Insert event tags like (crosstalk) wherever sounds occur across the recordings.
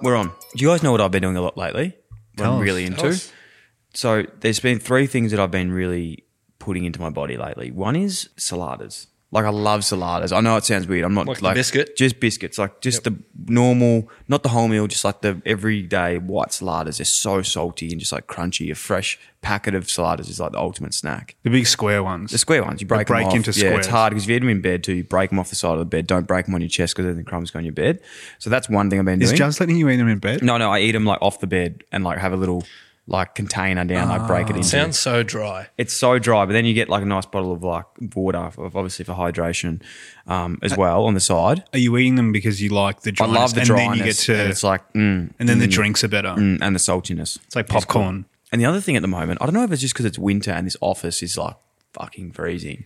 we're on. Do you guys know what I've been doing a lot lately? What Tell I'm us. really Tell into. us. So there's been three things that I've been really putting into my body lately. One is saladas. Like I love saladas. I know it sounds weird. I'm not Like like, the biscuit? Just biscuits. Like just the normal, not the whole meal, just like the everyday white saladas. They're so salty and just like crunchy. A fresh packet of saladas is like the ultimate snack. The big square ones. The square ones, you break, break them off. into Yeah, squares. it's hard because if you eat them in bed too, you break them off the side of the bed. Don't break them on your chest because then the crumbs go on your bed. So that's one thing I've been Is doing. Jazz letting you eat them in bed? no, no, I eat them like off the bed and like have a little like container down, like break Ah. it into. Sounds so dry. it's so dry, but then you get like a nice bottle of like water, for- obviously for hydration, um, as well on the side. Are you eating them because you like the I dryness? love the Uh, and dryness, Then you get to, and it's like mm, and then the drinks are better. mm, and the saltiness. It's like popcorn. And the other thing at the moment, I don't know if it's just because it's winter and this office is like fucking freezing.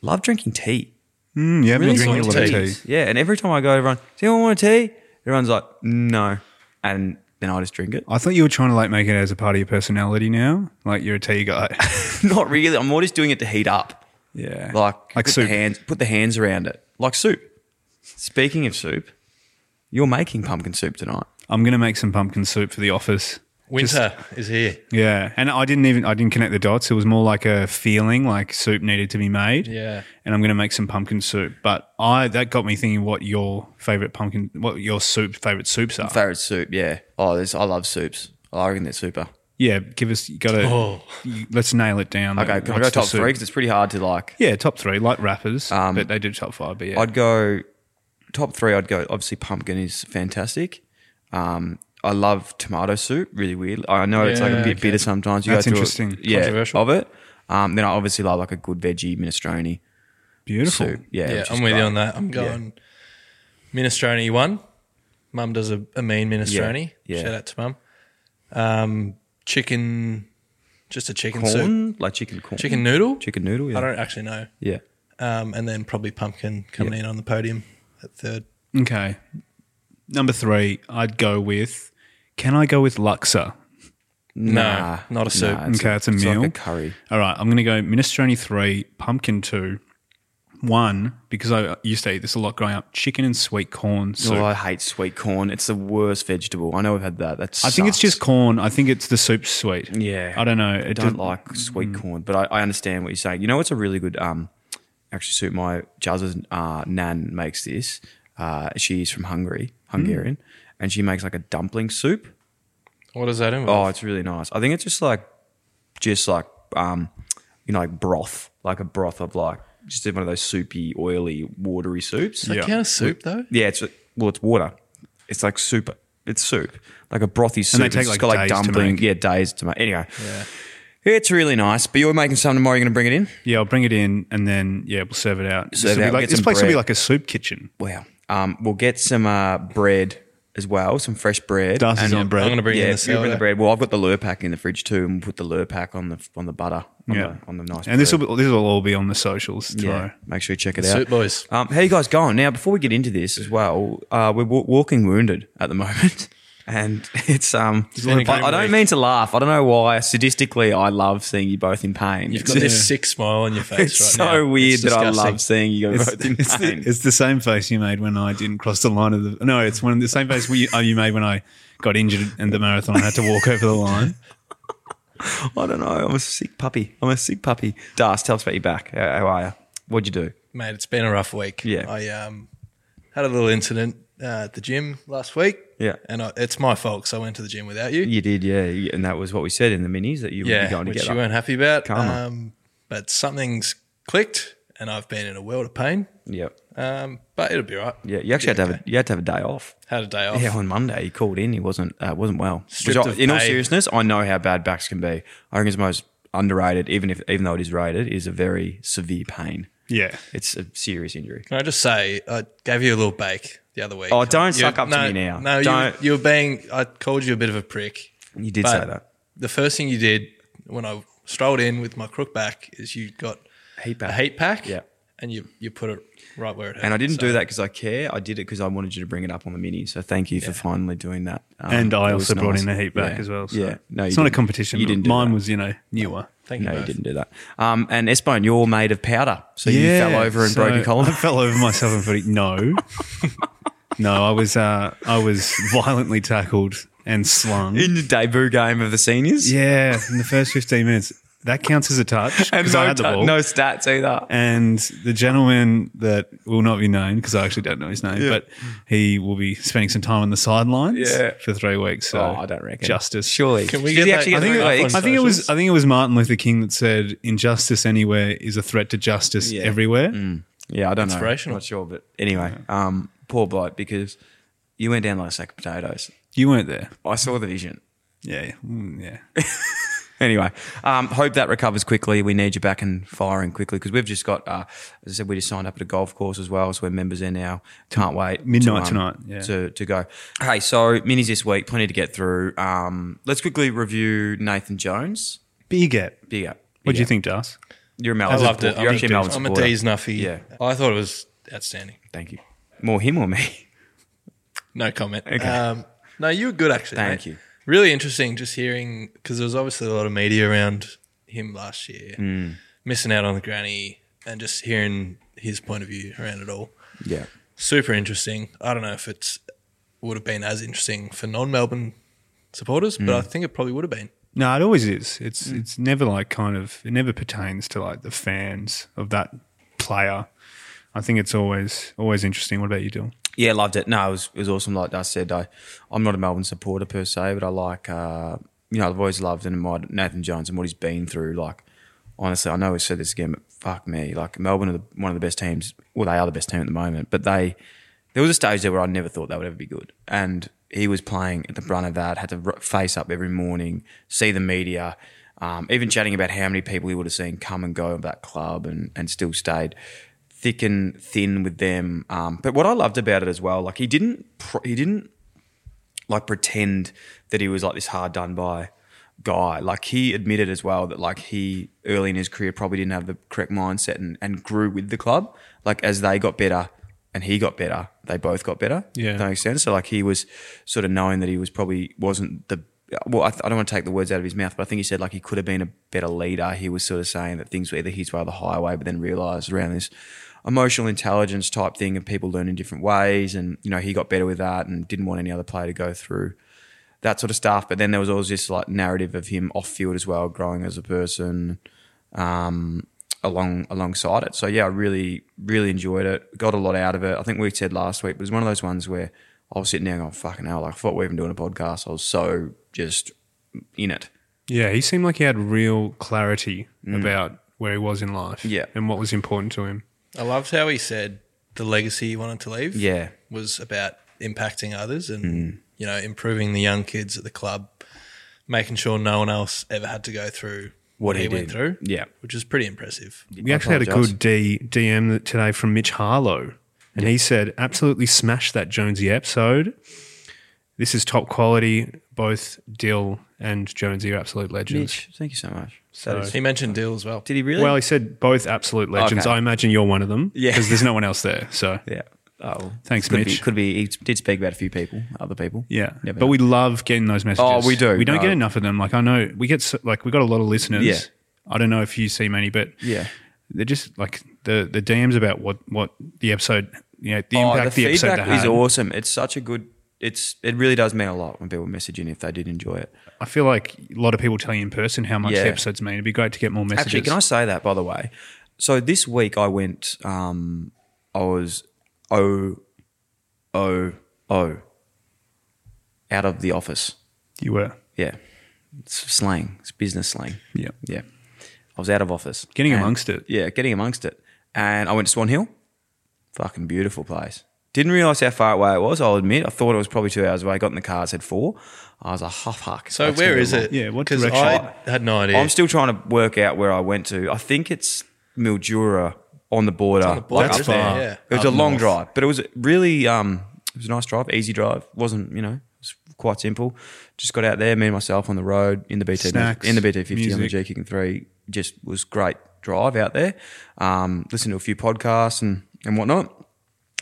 Love drinking tea. Mm, yeah, I've been drinking a lot of tea. teas. Yeah, and every time I go, everyone, does anyone want a tea? Everyone's like, no, and then I just drink it. (laughs) I thought you were trying to like make it as a part of your personality now. Like you're a tea (laughs) guy. Not really. I'm more just doing it to heat up. yeah. Like, like put soup. The hands, put the hands around it, like soup. Speaking of soup, you're making pumpkin soup tonight. I'm gonna make some pumpkin soup for the office. Winter is here. Yeah, and I didn't even I didn't connect the dots. It was more like a feeling like soup needed to be made. Yeah. and I'm going to make some pumpkin soup. But I that got me thinking what your favorite pumpkin, what your soup favorite soups are. Favorite soup, yeah. Oh, there's, I love soups. I reckon they're super. yeah, give us you got to Oh. let's nail it down. Okay, Like, can I go what's the top soup? three? Because it's pretty hard to like. Yeah, top three like wrappers, but they do top five. But yeah, I'd go top three. I'd go obviously pumpkin is fantastic. Um, I love tomato soup. Really weird. I know it's like a Yeah, bit okay. bitter sometimes. You That's go through interesting. It, yeah, Controversial. of it. Um, then I obviously love like a good veggie minestrone beautiful. soup. Yeah, Yeah, which is I'm with great. you on that. I'm going minestrone one. Mum does a, a mean minestrone. Yeah, yeah. Shout out to mum. Um, chicken, just a chicken soup. Corn, like chicken corn, Chicken noodle? chicken noodle. Yeah, I don't actually know. yeah. Um, and then probably pumpkin coming in on the podium at third. Okay, number three, I'd go with. Can I go with Luxa? Nah, not a soup. it's Okay, it's a it's meal. Like a curry. All right, I'm going to go minestrone three, pumpkin two, one because I used to eat this a lot growing up. Chicken and sweet corn soup. oh, I hate sweet corn. It's the worst vegetable. I know we've had that. That's. I think it's just corn. I think it's the soup sweet. Yeah. I don't know. It don't does- like sweet Mm. corn, but I, I understand what you're saying. You know, it's a really good um, actually soup. My Jazz's uh, nan makes this. Uh, she's from Hungary, Hungarian, Mm. and she makes like a dumpling soup. What does that Oh, involve? it's really nice. I think it's just like, just like um, you know, like broth, like a broth of like just one of those soupy, oily, watery soups. Does that yeah. count as soup though? Yeah, it's well, it's water. It's like soup. It's soup, like a brothy soup. they take, It's like, got like days to dumpling. make. Yeah, days to make. Anyway, it's really nice. But you're making some tomorrow. You're going to bring it in. Yeah, I'll bring it in and then yeah, we'll serve it out. Serve this will it be out, like, get this some place will be bread. like a soup kitchen. Wow. Um, we'll get some uh, bread as well, some fresh bread. Darcy's on I'm bread. going to bring yeah, in you the bring the sourdough. bread. Well, I've got the lure pack in the fridge too, and we'll put the lure pack on the on the butter. On yeah, the, on the nice. And this bread. will be, this will all be on the socials tomorrow. yeah. (laughs) Make sure you check it out, Soup boys. Um, how you guys going now? Before we get into this as well, uh, we're w- walking wounded at the moment, (laughs) and it's um. been a I, great I don't week. mean to laugh. I don't know why. Sadistically, I love seeing you both in pain. (laughs) You've It's got just- this sick smile on your (laughs) face It's right so now. weird It's that I disgusting. love seeing you It's, both (laughs) in it's pain. the, it's the same face you made when I didn't cross the line of the. No, it's one of the same face we, uh, you made when I got injured in the marathon. I had to walk over (laughs) the line. I don't know. I'm a sick puppy. I'm a sick puppy. Das, tell us about your back. How, how are you? What'd you do? Mate, it's been a rough week. Yeah. I um, had a little incident uh, at the gym last week. Yeah. And I, it's my fault because I went to the gym without you. You did, yeah. You- And that was what we said in the minis that you would yeah. be going to which get. you up. weren't happy about. Karma. Um, but something's clicked and I've been in a world of pain. Yeah, Um, but it'll be right. yeah. You actually had to have a, you had to have a day off. Had a day off. Yeah, on Monday he called in. He wasn't uh, wasn't well. Stripped Which I- of in all pay. seriousness, I know how bad backs can be. I think it's the most underrated, even if even though it is rated, is a very severe pain. Yeah, It's a serious injury. Can I just say, I gave you a little bake the other week. Oh, don't You- suck up to no, me now. No, you- Don't. You, were being, I called you a bit of a prick. You did But say that. The first thing you did when I strolled in with my crook back is you got Heat a back. heat pack. Yeah. And you, you put it right where it hurt. And I didn't So- do that because I care. I did it because I wanted you to bring it up on the mini. So thank you for finally doing that. Um, and I it was also brought nice. in the heat back Yeah. as well. So. Yeah, no, you it's not a didn't. competition. You didn't. Do Mine that. was you know newer. Thank you. No, you both. didn't do that. Um, and Espone, you're made of powder, so you fell over and so (laughs) broke your column. I fell over myself and broke. No, No, I was uh, I was violently tackled and (laughs) slung. in the debut game of the seniors. Yeah, in the first 15 minutes. That counts as a touch (laughs) and because no, I had the ta- ball. no stats either. And the gentleman that will not be known because I actually don't know his name, but he will be spending some time on the sidelines Yeah. for three weeks. So Oh, I don't reckon justice. Surely, Can we Did get he that- actually I get think three it- I weeks? I think it socials. was I think it was Martin Luther King that said injustice anywhere is a threat to justice Yeah. Mm. everywhere. Yeah, I don't know. Inspirational. Not sure, but anyway, um, poor bloke because you went down like a sack of potatoes. You weren't there. I saw the vision. Yeah. Mm, Yeah. Anyway, um, hope that recovers quickly. We need you back and firing quickly because we've just got, uh, as I said, we just signed up at a golf course as well, so we're members there now. Can't wait. to, um, Midnight tonight, yeah. To, to go. Hey, so minis this week, plenty to get through. Um, let's quickly review Nathan Jones. Big it. Big up. What do you think, Das? You're a I Melbourne. loved it. supporter. You're I'm, actually a a, Melbourne I'm a supporter. D's nuffy. Yeah. I thought it was outstanding. Thank you. More him or me? No comment. Um, no, you were good actually. Thank mate. you. Really interesting just hearing because there was obviously a lot of media around him last year, Hmm. missing out on the granny, and just hearing his point of view around it all. Yeah. Super interesting. I don't know if it's would have been as interesting for non-Melbourne supporters, Hmm. but I think it probably would have been. No, it always is. It's Mm. it's never like kind of it never pertains to like the fans of that player. I think it's always always interesting. What about you, Dill? Yeah, loved it. No, it was, it was awesome. Like I said, I, I'm not a Melbourne supporter per se, but I like, uh, you know, I've always loved and admired Nathan Jones and what he's been through. Like, honestly, I know we said this again, but fuck me. Like, Melbourne are the, one of the best teams. Well, they are the best team at the moment, but they, there was a stage there where I never thought they would ever be good. And he was playing at the brunt of that, had to r- face up every morning, see the media, um, even chatting about how many people he would have seen come and go of that club and, and still stayed thick and thin with them. Um, but what I loved about it as well, like he didn't, pr- he didn't like pretend that he was like this hard done by guy. Like he admitted as well that like he early in his career probably didn't have the correct mindset and, and grew with the club. Like as they got better and he got better, they both got better. Yeah. If That makes sense. So like he was sort of knowing that he was probably wasn't the well, I, th- I don't want to take the words out of his mouth, but I think he said like he could have been a better leader. He was sort of saying that things were either his way or the highway, but then realized around this emotional intelligence type thing and people learn in different ways. And, you know, he got better with that and didn't want any other player to go through that sort of stuff. But then there was always this like narrative of him off field as well, growing as a person um, along alongside it. So yeah, I really really enjoyed it. Got a lot out of it. I think we said last week, but it was one of those ones where I was sitting there going, "Fucking hell!" Like I thought we were even doing a podcast. I was so just in it. Yeah, he seemed like he had real clarity about where he was in life. Mm. Yeah. And what was important to him. I loved how he said the legacy he wanted to leave. Yeah. Hmm. was about impacting others and you know improving the young kids at the club, making sure no one else ever had to go through What he went did. through. Yeah. which is pretty impressive. We actually had a apologise. good D, DM that- today from Mitch Harlow, and he said, "Absolutely smashed that Jonesy episode. This is top quality. Both Dill and Jonesy are absolute legends." Mitch, thank you so much. He mentioned Dill as well. Did he really? Well, he said both absolute legends. Okay. I imagine you're one of them Yeah. because there's no one else there. So yeah. Oh, well. Thanks, could Be, Mitch. could be he did speak about a few people, other people. yeah, Never but know. we love getting those messages. Oh, we do. We don't No. get enough of them. Like I know we get so, like we got a lot of listeners. Yeah. I don't know if you see many, but Yeah. they're just like the the DMs about what what the episode, you know, the Oh, impact the, episode feedback had. is awesome. It's such a good. It's it really does mean a lot when people message in if they did enjoy it. I feel like a lot of people tell you in person how much Yeah. the episodes mean. It'd be great to get more messages. Actually, can I say that by the way? So this week I went. Um, I was o o o out of the office. you were. Yeah, it's slang. It's business slang. Yeah. Yeah, I was out of office. Getting And- amongst it. Yeah, getting amongst it. And I went to Swan Hill. Fucking beautiful place. Didn't realise how far away it was. I'll admit. I thought it was probably two hours away. Got in the car. It said four. I was "Oh, a huff huck. So where is it? Yeah, what because direction? I had no idea. I'm still trying to work out where I went to. I think it's Mildura on the border. the border, Like, That's isn't it? far. Yeah. It was Up a long north. drive, but it was really um, it was a nice drive, easy drive. wasn't you know it was quite simple. Just got out there, me and myself on the road in the BT Snacks, in the BT fifty on the G music. Kicking three. Just was great drive out there. Um, listened to a few podcasts and and whatnot.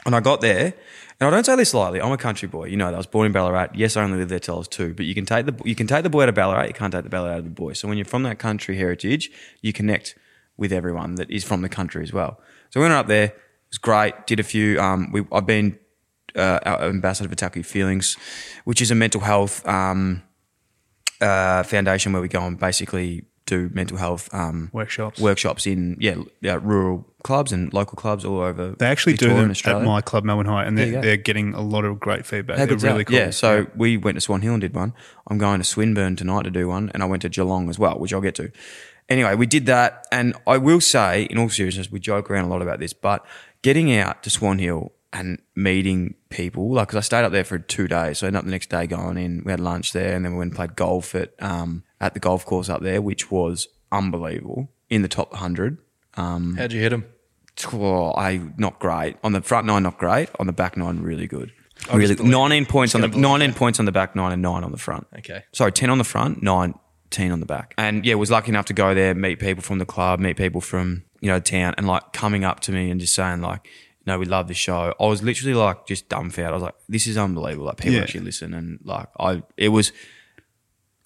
And I got there, and I don't say this lightly. I'm a country boy. You know that I was born in Ballarat. Yes, I only lived there till I was two. But you can take the you can take the boy out of Ballarat. You can't take the Ballarat out of the boy. So when you're from that country heritage, you connect with everyone that is from the country as well. So we went up there. It was great. Did a few. Um, we I've been uh, our ambassador for Tackle Your Feelings, which is a mental health um, uh, foundation where we go and basically do mental health um, Workshops. workshops in yeah uh, rural clubs and local clubs all over. They actually Victoria and do them at Australia. my club, Melbourne High, and you they're, go. they're getting a lot of great feedback. How they're good's that? really cool. Yeah, so we went to Swan Hill and did one. I'm going to Swinburne tonight to do one, and I went to Geelong as well, which I'll get to. Anyway, we did that, and I will say, in all seriousness, we joke around a lot about this, but getting out to Swan Hill and meeting people, like, 'cause I stayed up there for two days, so I ended up the next day going in, we had lunch there, and then we went and played golf at um, at the golf course up there, which was unbelievable in the top hundred. How'd you hit him? Oh, I not great on the front nine, not great on the back nine, really good. Really, good. nineteen points on the nineteen points on the back nine and nine on the front. Okay. sorry, ten on the front, nineteen on the back. And yeah, was lucky enough to go there, meet people from the club, meet people from you know town, and like coming up to me and just saying like, "No, we love the show." I was literally like just dumbfounded. I was like, "This is unbelievable!" Like people Yeah. actually listen, and like I, it was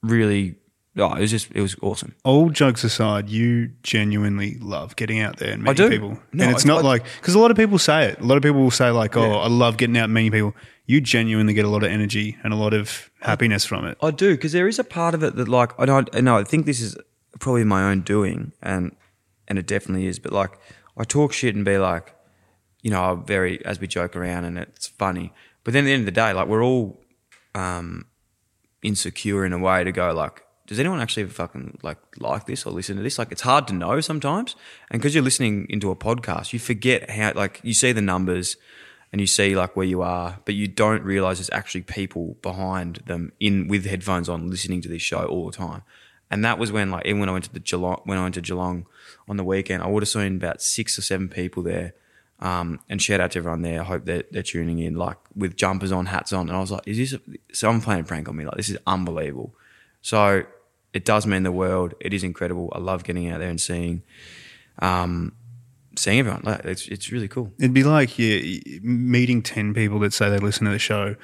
really, oh, it was just, it was awesome. all jokes aside, you genuinely love getting out there and meeting do. people. No, and it's I- not I- like because a lot of people say it. A lot of people will say like, "Oh, I love getting out and meeting people." You genuinely get a lot of energy and a lot of happiness from it. I do because there is a part of it that like I don't no I think this is probably my own doing and and it definitely is but like I talk shit and be like you know I'm very as we joke around and it's funny but then at the end of the day like we're all um insecure in a way to go like does anyone actually fucking like like this or listen to this like it's hard to know sometimes and because you're listening into a podcast you forget how like you see the numbers and you see like where you are but you don't realize there's actually people behind them in with headphones on listening to this show all the time and that was when like even when I went to the Geelong when I went to Geelong on the weekend I would have seen about six or seven people there um, and shout out to everyone there. I hope that they're tuning in, like with jumpers on, hats on. And I was like, is this someone playing a prank on me? Like, this is unbelievable. So it does mean the world. It is incredible. I love getting out there and seeing, um, seeing everyone. Like, it's, it's really cool. It'd be like yeah, meeting ten people that say they listen to the show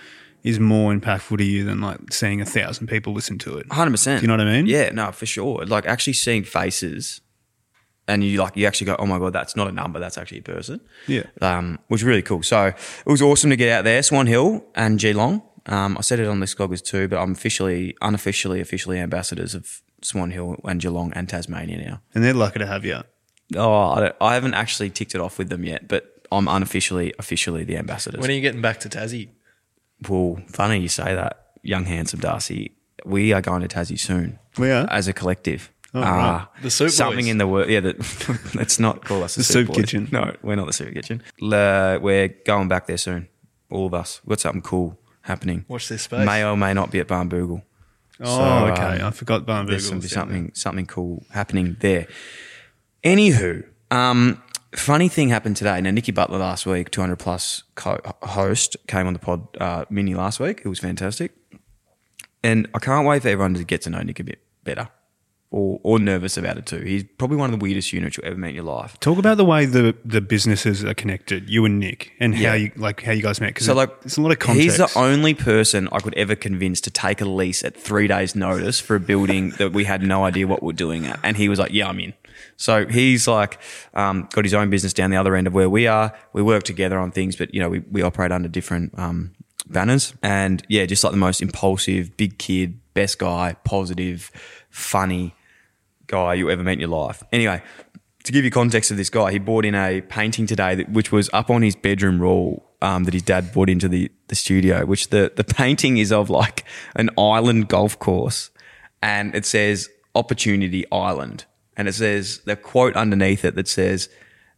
is more impactful to you than like seeing a thousand people listen to it. 100%. Do you know what I mean? Yeah, no, for sure. Like actually seeing faces and you like, you actually go, oh my God, that's not a number. That's actually a person. Yeah. um, was really cool. So it was awesome to get out there, Swan Hill and Geelong. Um, I said it on the Scoggers too, but I'm officially, unofficially, officially ambassadors of Swan Hill and Geelong and Tasmania and they're lucky to have you. now. Oh, I, don't- I haven't actually ticked it off with them yet, but I'm unofficially, officially the ambassadors. When are you getting back to Tassie? well, funny you say that, young handsome Darcy. We are going to Tassie soon. We are? as a collective. Oh, right. Ah, The Soup something Boys. in the (laughs) world. Yeah, the, let's not call us the, Soup Boys. Kitchen. No, we're not the soup kitchen. Uh, we're going back there soon. All of us. What's something cool happening? Watch this space. May or may not be at Barnboogle. Oh, So, okay. um, I forgot Barn There's gonna be Burgles. something something cool happening there. Anywho, um, funny thing happened today. Now Nikki Butler last week, 200 plus co- host, came on the pod uh, mini last week. It was fantastic, and I can't wait for everyone to get to know Nick a bit better, or or nervous about it too. He's probably one of the weirdest units you'll ever meet in your life. Talk about the way the, the businesses are connected, you and Nick, and Yeah. how you like how you guys met. Because So like, it's a lot of context. He's the only person I could ever convince to take a lease at three days' notice for a (laughs) building that we had no idea what we're doing at, and he was like, "Yeah, I'm in." So he's like, um, got his own business down the other end of where we are. We work together on things, but you know, we we operate under different um, banners, and yeah, just like the most impulsive, big kid, best guy, positive, funny guy you ever met in your life. Anyway, to give you context of this guy, he bought in a painting today that, which was up on his bedroom wall um, that his dad brought into the, the studio, which the, the painting is of like an island golf course and it says Opportunity Island. And it says the quote underneath it that says,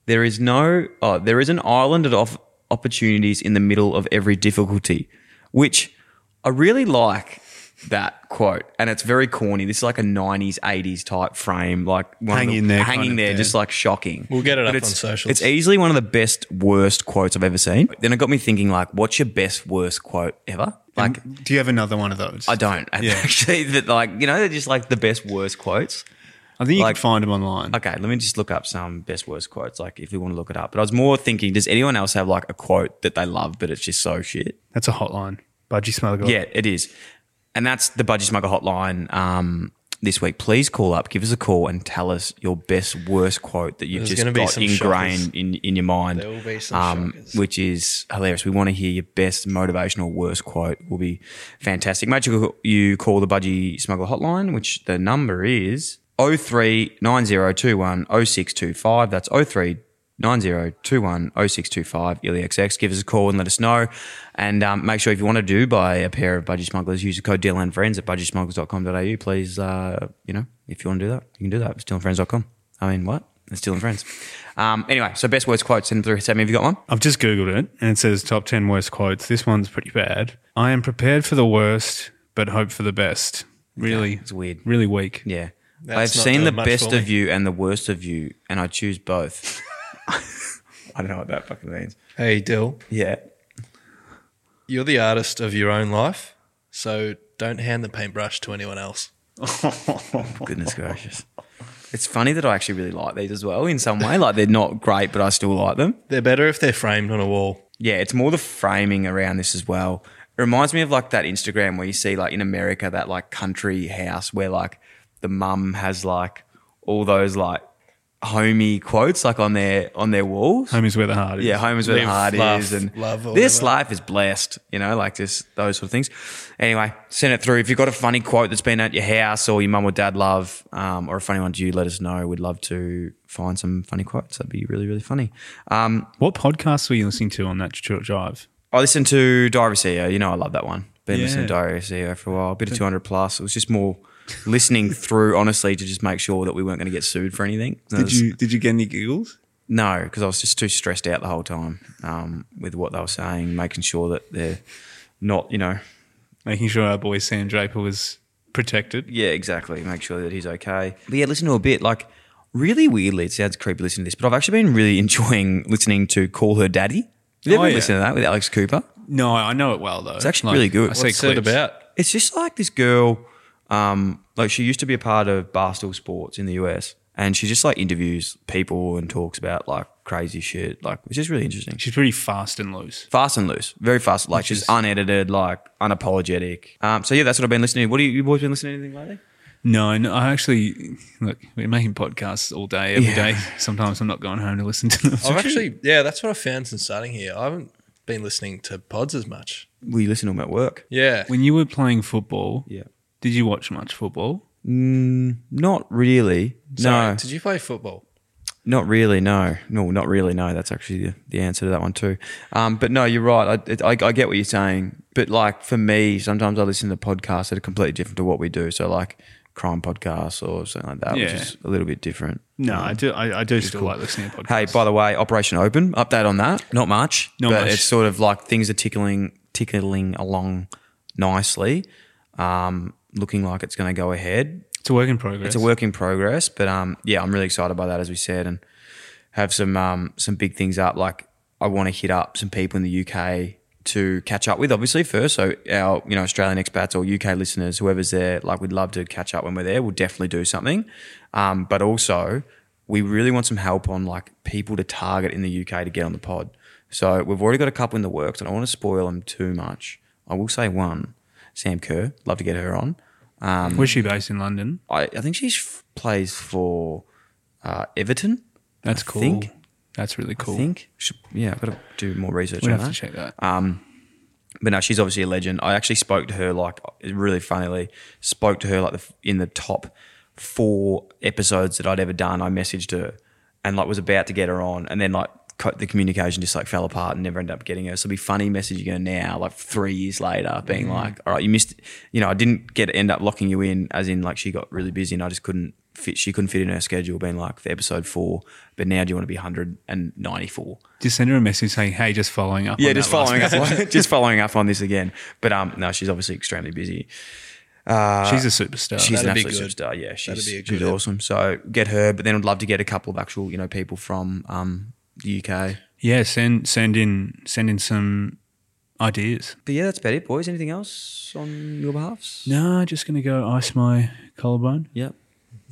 There is no, oh, there is an island of opportunities in the middle of every difficulty, which I really like that quote, and it's very corny. This is like a '90s, '80s type frame, like one of Hang the- in there kind hanging of there, thing. just like shocking. We'll get it But up it's, on socials. It's easily one of the best worst quotes I've ever seen. Then it got me thinking, like, what's your best worst quote ever? Like, Do you have another one of those? I don't And Yeah. (laughs) actually. That like, you know, they're just like the best worst quotes. I think you like- can find them online. Okay, let me just look up some best worst quotes, like if we want to look it up. But I was more thinking, does anyone else have like a quote that they love, but it's just so shit? That's a hotline. Budgie Smuggler. Yeah, it is. And that's the Budgie Smuggler Hotline. Um, this week, please call up, give us a call, and tell us your best worst quote that you've There's just gonna be got some shockers. ingrained in, in your mind. Um, There will be some shockers. which is hilarious. We want to hear your best motivational worst quote. Will be fantastic. Make sure you call the Budgie Smuggler Hotline, which the number is 0390210625. That's 03. 0625 ILXX. Give us a call and let us know. And um, make sure if you want to do buy a pair of Budgie Smugglers, use the code Deal and Friends at budgiesmugglers.com.au. Please, uh, you know, if you want to do that, you can do that. It's dealandfriends.com. I mean, what? It's Deal and Friends. Um, anyway, so best words quotes. Send them through. Sam, have you got one? I've just Googled it and it says top 10 worst quotes. This one's pretty bad. I am prepared for the worst, but hope for the best. Really, It's weird. really weak. Yeah. I've That's not seen doing the much best for of me. you and the worst of you, and I choose both. (laughs) I don't know what that fucking means. Hey, Dill, Yeah. you're the artist of your own life, so don't hand the paintbrush to anyone else. Goodness gracious. It's funny that I actually really like these as well in some way. Like they're not great, but I still like them. They're better if they're framed on a wall. Yeah, it's more the framing around this as well. It reminds me of like that Instagram where you see like in America that like country house where like the mum has like all those like homey quotes like on their on their walls. Home is where the heart is. Yeah, home is where the Live, heart laugh, is, and love or this whatever. life is blessed. You know, like just those sort of things. Anyway, send it through. If you've got a funny quote that's been at your house or your mum or dad love, um, or a funny one to you, let us know. We'd love to find some funny quotes. That'd be really, really funny. Um, What podcasts were you listening to on that short drive? I listened to Diary CEO. You know, I love that one. Been Yeah. listening to Diary CEO for a while. Bit of two hundred plus. It was just more listening through, honestly, to just make sure that we weren't going to get sued for anything. Did you did you get any giggles? No, because I was just too stressed out the whole time um, with what they were saying, making sure that they're not, you know, Making sure our boy Sam Draper was protected. yeah, exactly, make sure that he's okay. But yeah, listen to a bit, like really weirdly, it sounds creepy listening to this, but I've actually been really (laughs) enjoying listening to Call Her Daddy. Have you Oh, ever yeah. listened to that with Alex Cooper? No, I know it well though. It's actually really good. I see What's What's it clips. about? It's just like this girl, um, like she used to be a part of Barstool Sports in the US, and she just like interviews people and talks about like crazy shit. Like it's just really interesting. She's pretty fast and loose. fast and loose, very fast. Like she's unedited, like unapologetic. Um, so yeah, that's what I've been listening. to. What do you, you boys been listening to anything lately? No, no, I actually look. We're making podcasts all day, every day. (laughs) Sometimes I'm not going home to listen to them. I've actually, yeah, that's what I found since starting here. I haven't been listening to pods as much. We listen to them at work. Yeah. when you were playing football, Yeah. did you watch much football? Mm, not really. Sorry, no, Did you play football? not really. No, no, not really. No, that's actually the, the answer to that one too. Um, but no, you're right. I, it, I, I get what you're saying. But like for me, sometimes I listen to podcasts that are completely different to what we do. So like crime podcasts or something like that, Yeah. which is a little bit different. No, I do. I, I do still like listening to podcasts. Hey, by the way, Operation Open update on that. Not much, Not but much. it's sort of like things are tickling tickling along nicely. Um, looking like it's going to go ahead. it's a work in progress. It's a work in progress, but um, yeah, I'm really excited by that, as we said, and have some um, some big things up. Like I want to hit up some people in the UK to catch up with, obviously first. So our you know Australian expats or UK listeners, whoever's there, like we'd love to catch up when we're there. We'll definitely do something, um, but also we really want some help on like people to target in the UK to get on the pod. So we've already got a couple in the works. and I don't want to spoil them too much. I will say one, Sam Kerr. Love to get her on. Um, Where's she based in London? I, I think she f- plays for uh, Everton. That's I cool. think- That's really cool. I think. Should, yeah, I've got to do more research We'd on have to that. check that. But no, she's obviously a legend. I actually spoke to her like really funnily. Spoke to her like the, in the top four episodes that I'd ever done. I messaged her and like was about to get her on, and then like co- the communication just like fell apart and never ended up getting her. So it'd be funny messaging her now, like three years later, being like, "All right, you missed. You know, I didn't get end up locking you in, as in like she got really busy and I just couldn't." Fit, she couldn't fit in her schedule, being like for episode four, but now do you want to be 194? just send her a message saying, "Hey, just following up." Yeah, on just that last following up, message." on, (laughs) just following up on this again. But um, no, she's obviously extremely busy. She's a superstar. She's an Oh, that'd be absolute good. superstar. Yeah, she's, be a she's good app. awesome. So get her, but then I'd love to get a couple of actual, you know, people from um the UK. yeah, send send in send in some ideas. But yeah, that's about it, boys. Anything else on your behalfs? No, just gonna go ice my collarbone. Yep.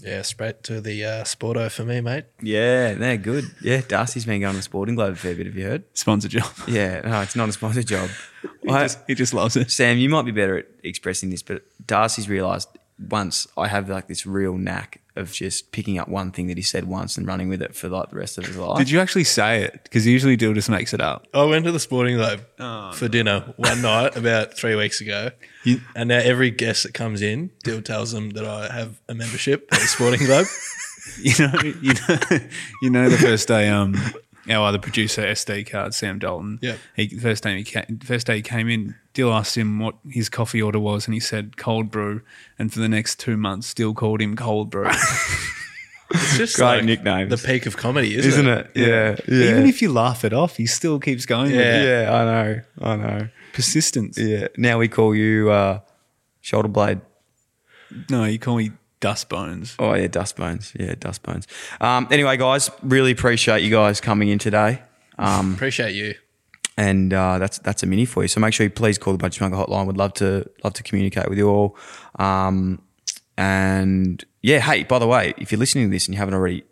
Yeah, straight to the uh, Sporto for me, mate. Yeah, they're good. Yeah, Darcy's been going to Sporting Globe a fair bit. Have you heard? Sponsor job. Yeah, no, it's not a sponsored (laughs) job. he, I- just, he just loves it. Sam, you might be better at expressing this, but Darcy's realised once I have like this real knack of just picking up one thing that he said once and running with it for like the rest of his life. Did you actually say it? Because usually Dill just makes it up. I went to the sporting lab Oh, for dinner one night (laughs) about three weeks ago. and now every guest that comes in, Dill tells them that I have a membership at the sporting lab. (laughs) You know, you know, you know. The first day, um, our other producer, SD card, Sam Dalton. Yeah. He first day he came, first day he came in. Dill asked him what his coffee order was, and he said cold brew. And for the next two months, Dill called him cold (laughs) brew. It's just Great like nicknames. the peak of comedy, isn't, Isn't it? it? Yeah. Yeah. Even if you laugh it off, he still keeps going. With it. Yeah. yeah, I know. I know. Persistence. Yeah. Now we call you uh, shoulder blade. No, you call me dust bones. Oh yeah, dust bones. Yeah, dust bones. Um, anyway, guys, really appreciate you guys coming in today. Um, Appreciate you. and uh, that's that's a mini for you. So make sure you please call the Budget Smoker Hotline. We'd love to love to communicate with you all. Um, and yeah, hey, by the way, if you're listening to this and you haven't already,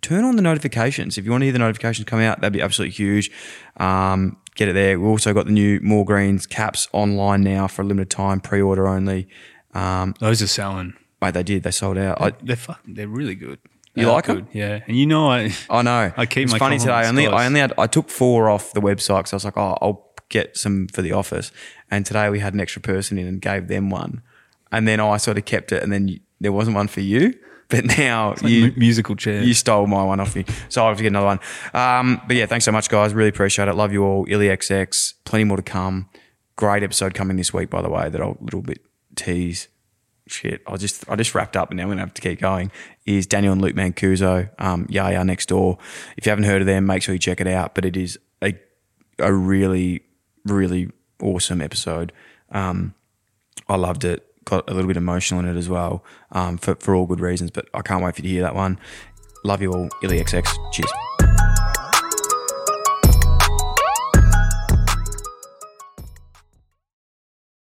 turn on the notifications. If you want to hear the notifications come out, that'd be absolutely huge. Um, get it there. We've also got the new More Greens caps online now for a limited time, pre-order only. Um, Those are selling. mate, they did. They sold out. I, They're fucking, They're really good. You They are like 'em? good, Yeah, and you know I. I know. I keep it's my funny today. I compliments only close. I only had I took four off the website because I was like, oh, I'll get some for the office. And today we had an extra person in and gave them one, and then I sort of kept it, and then you, there wasn't one for you. But now you mu- musical chair. You stole my one off me, so I will have to get another one. Um, but yeah, thanks so much, guys. Really appreciate it. Love you all. Illy XX, plenty more to come. Great episode coming this week, by the way. That I'll little bit tease. Shit, I just I just wrapped up, and now I'm gonna have to keep going. Is Daniel and Luke Mancuso, um, Yaya next door. If you haven't heard of them, make sure you check it out. But it is a a really really awesome episode. Um, I loved it. Got a little bit emotional in it as well, um, for, for all good reasons. But I can't wait for you to hear that one. Love you all. Illy XX. Cheers.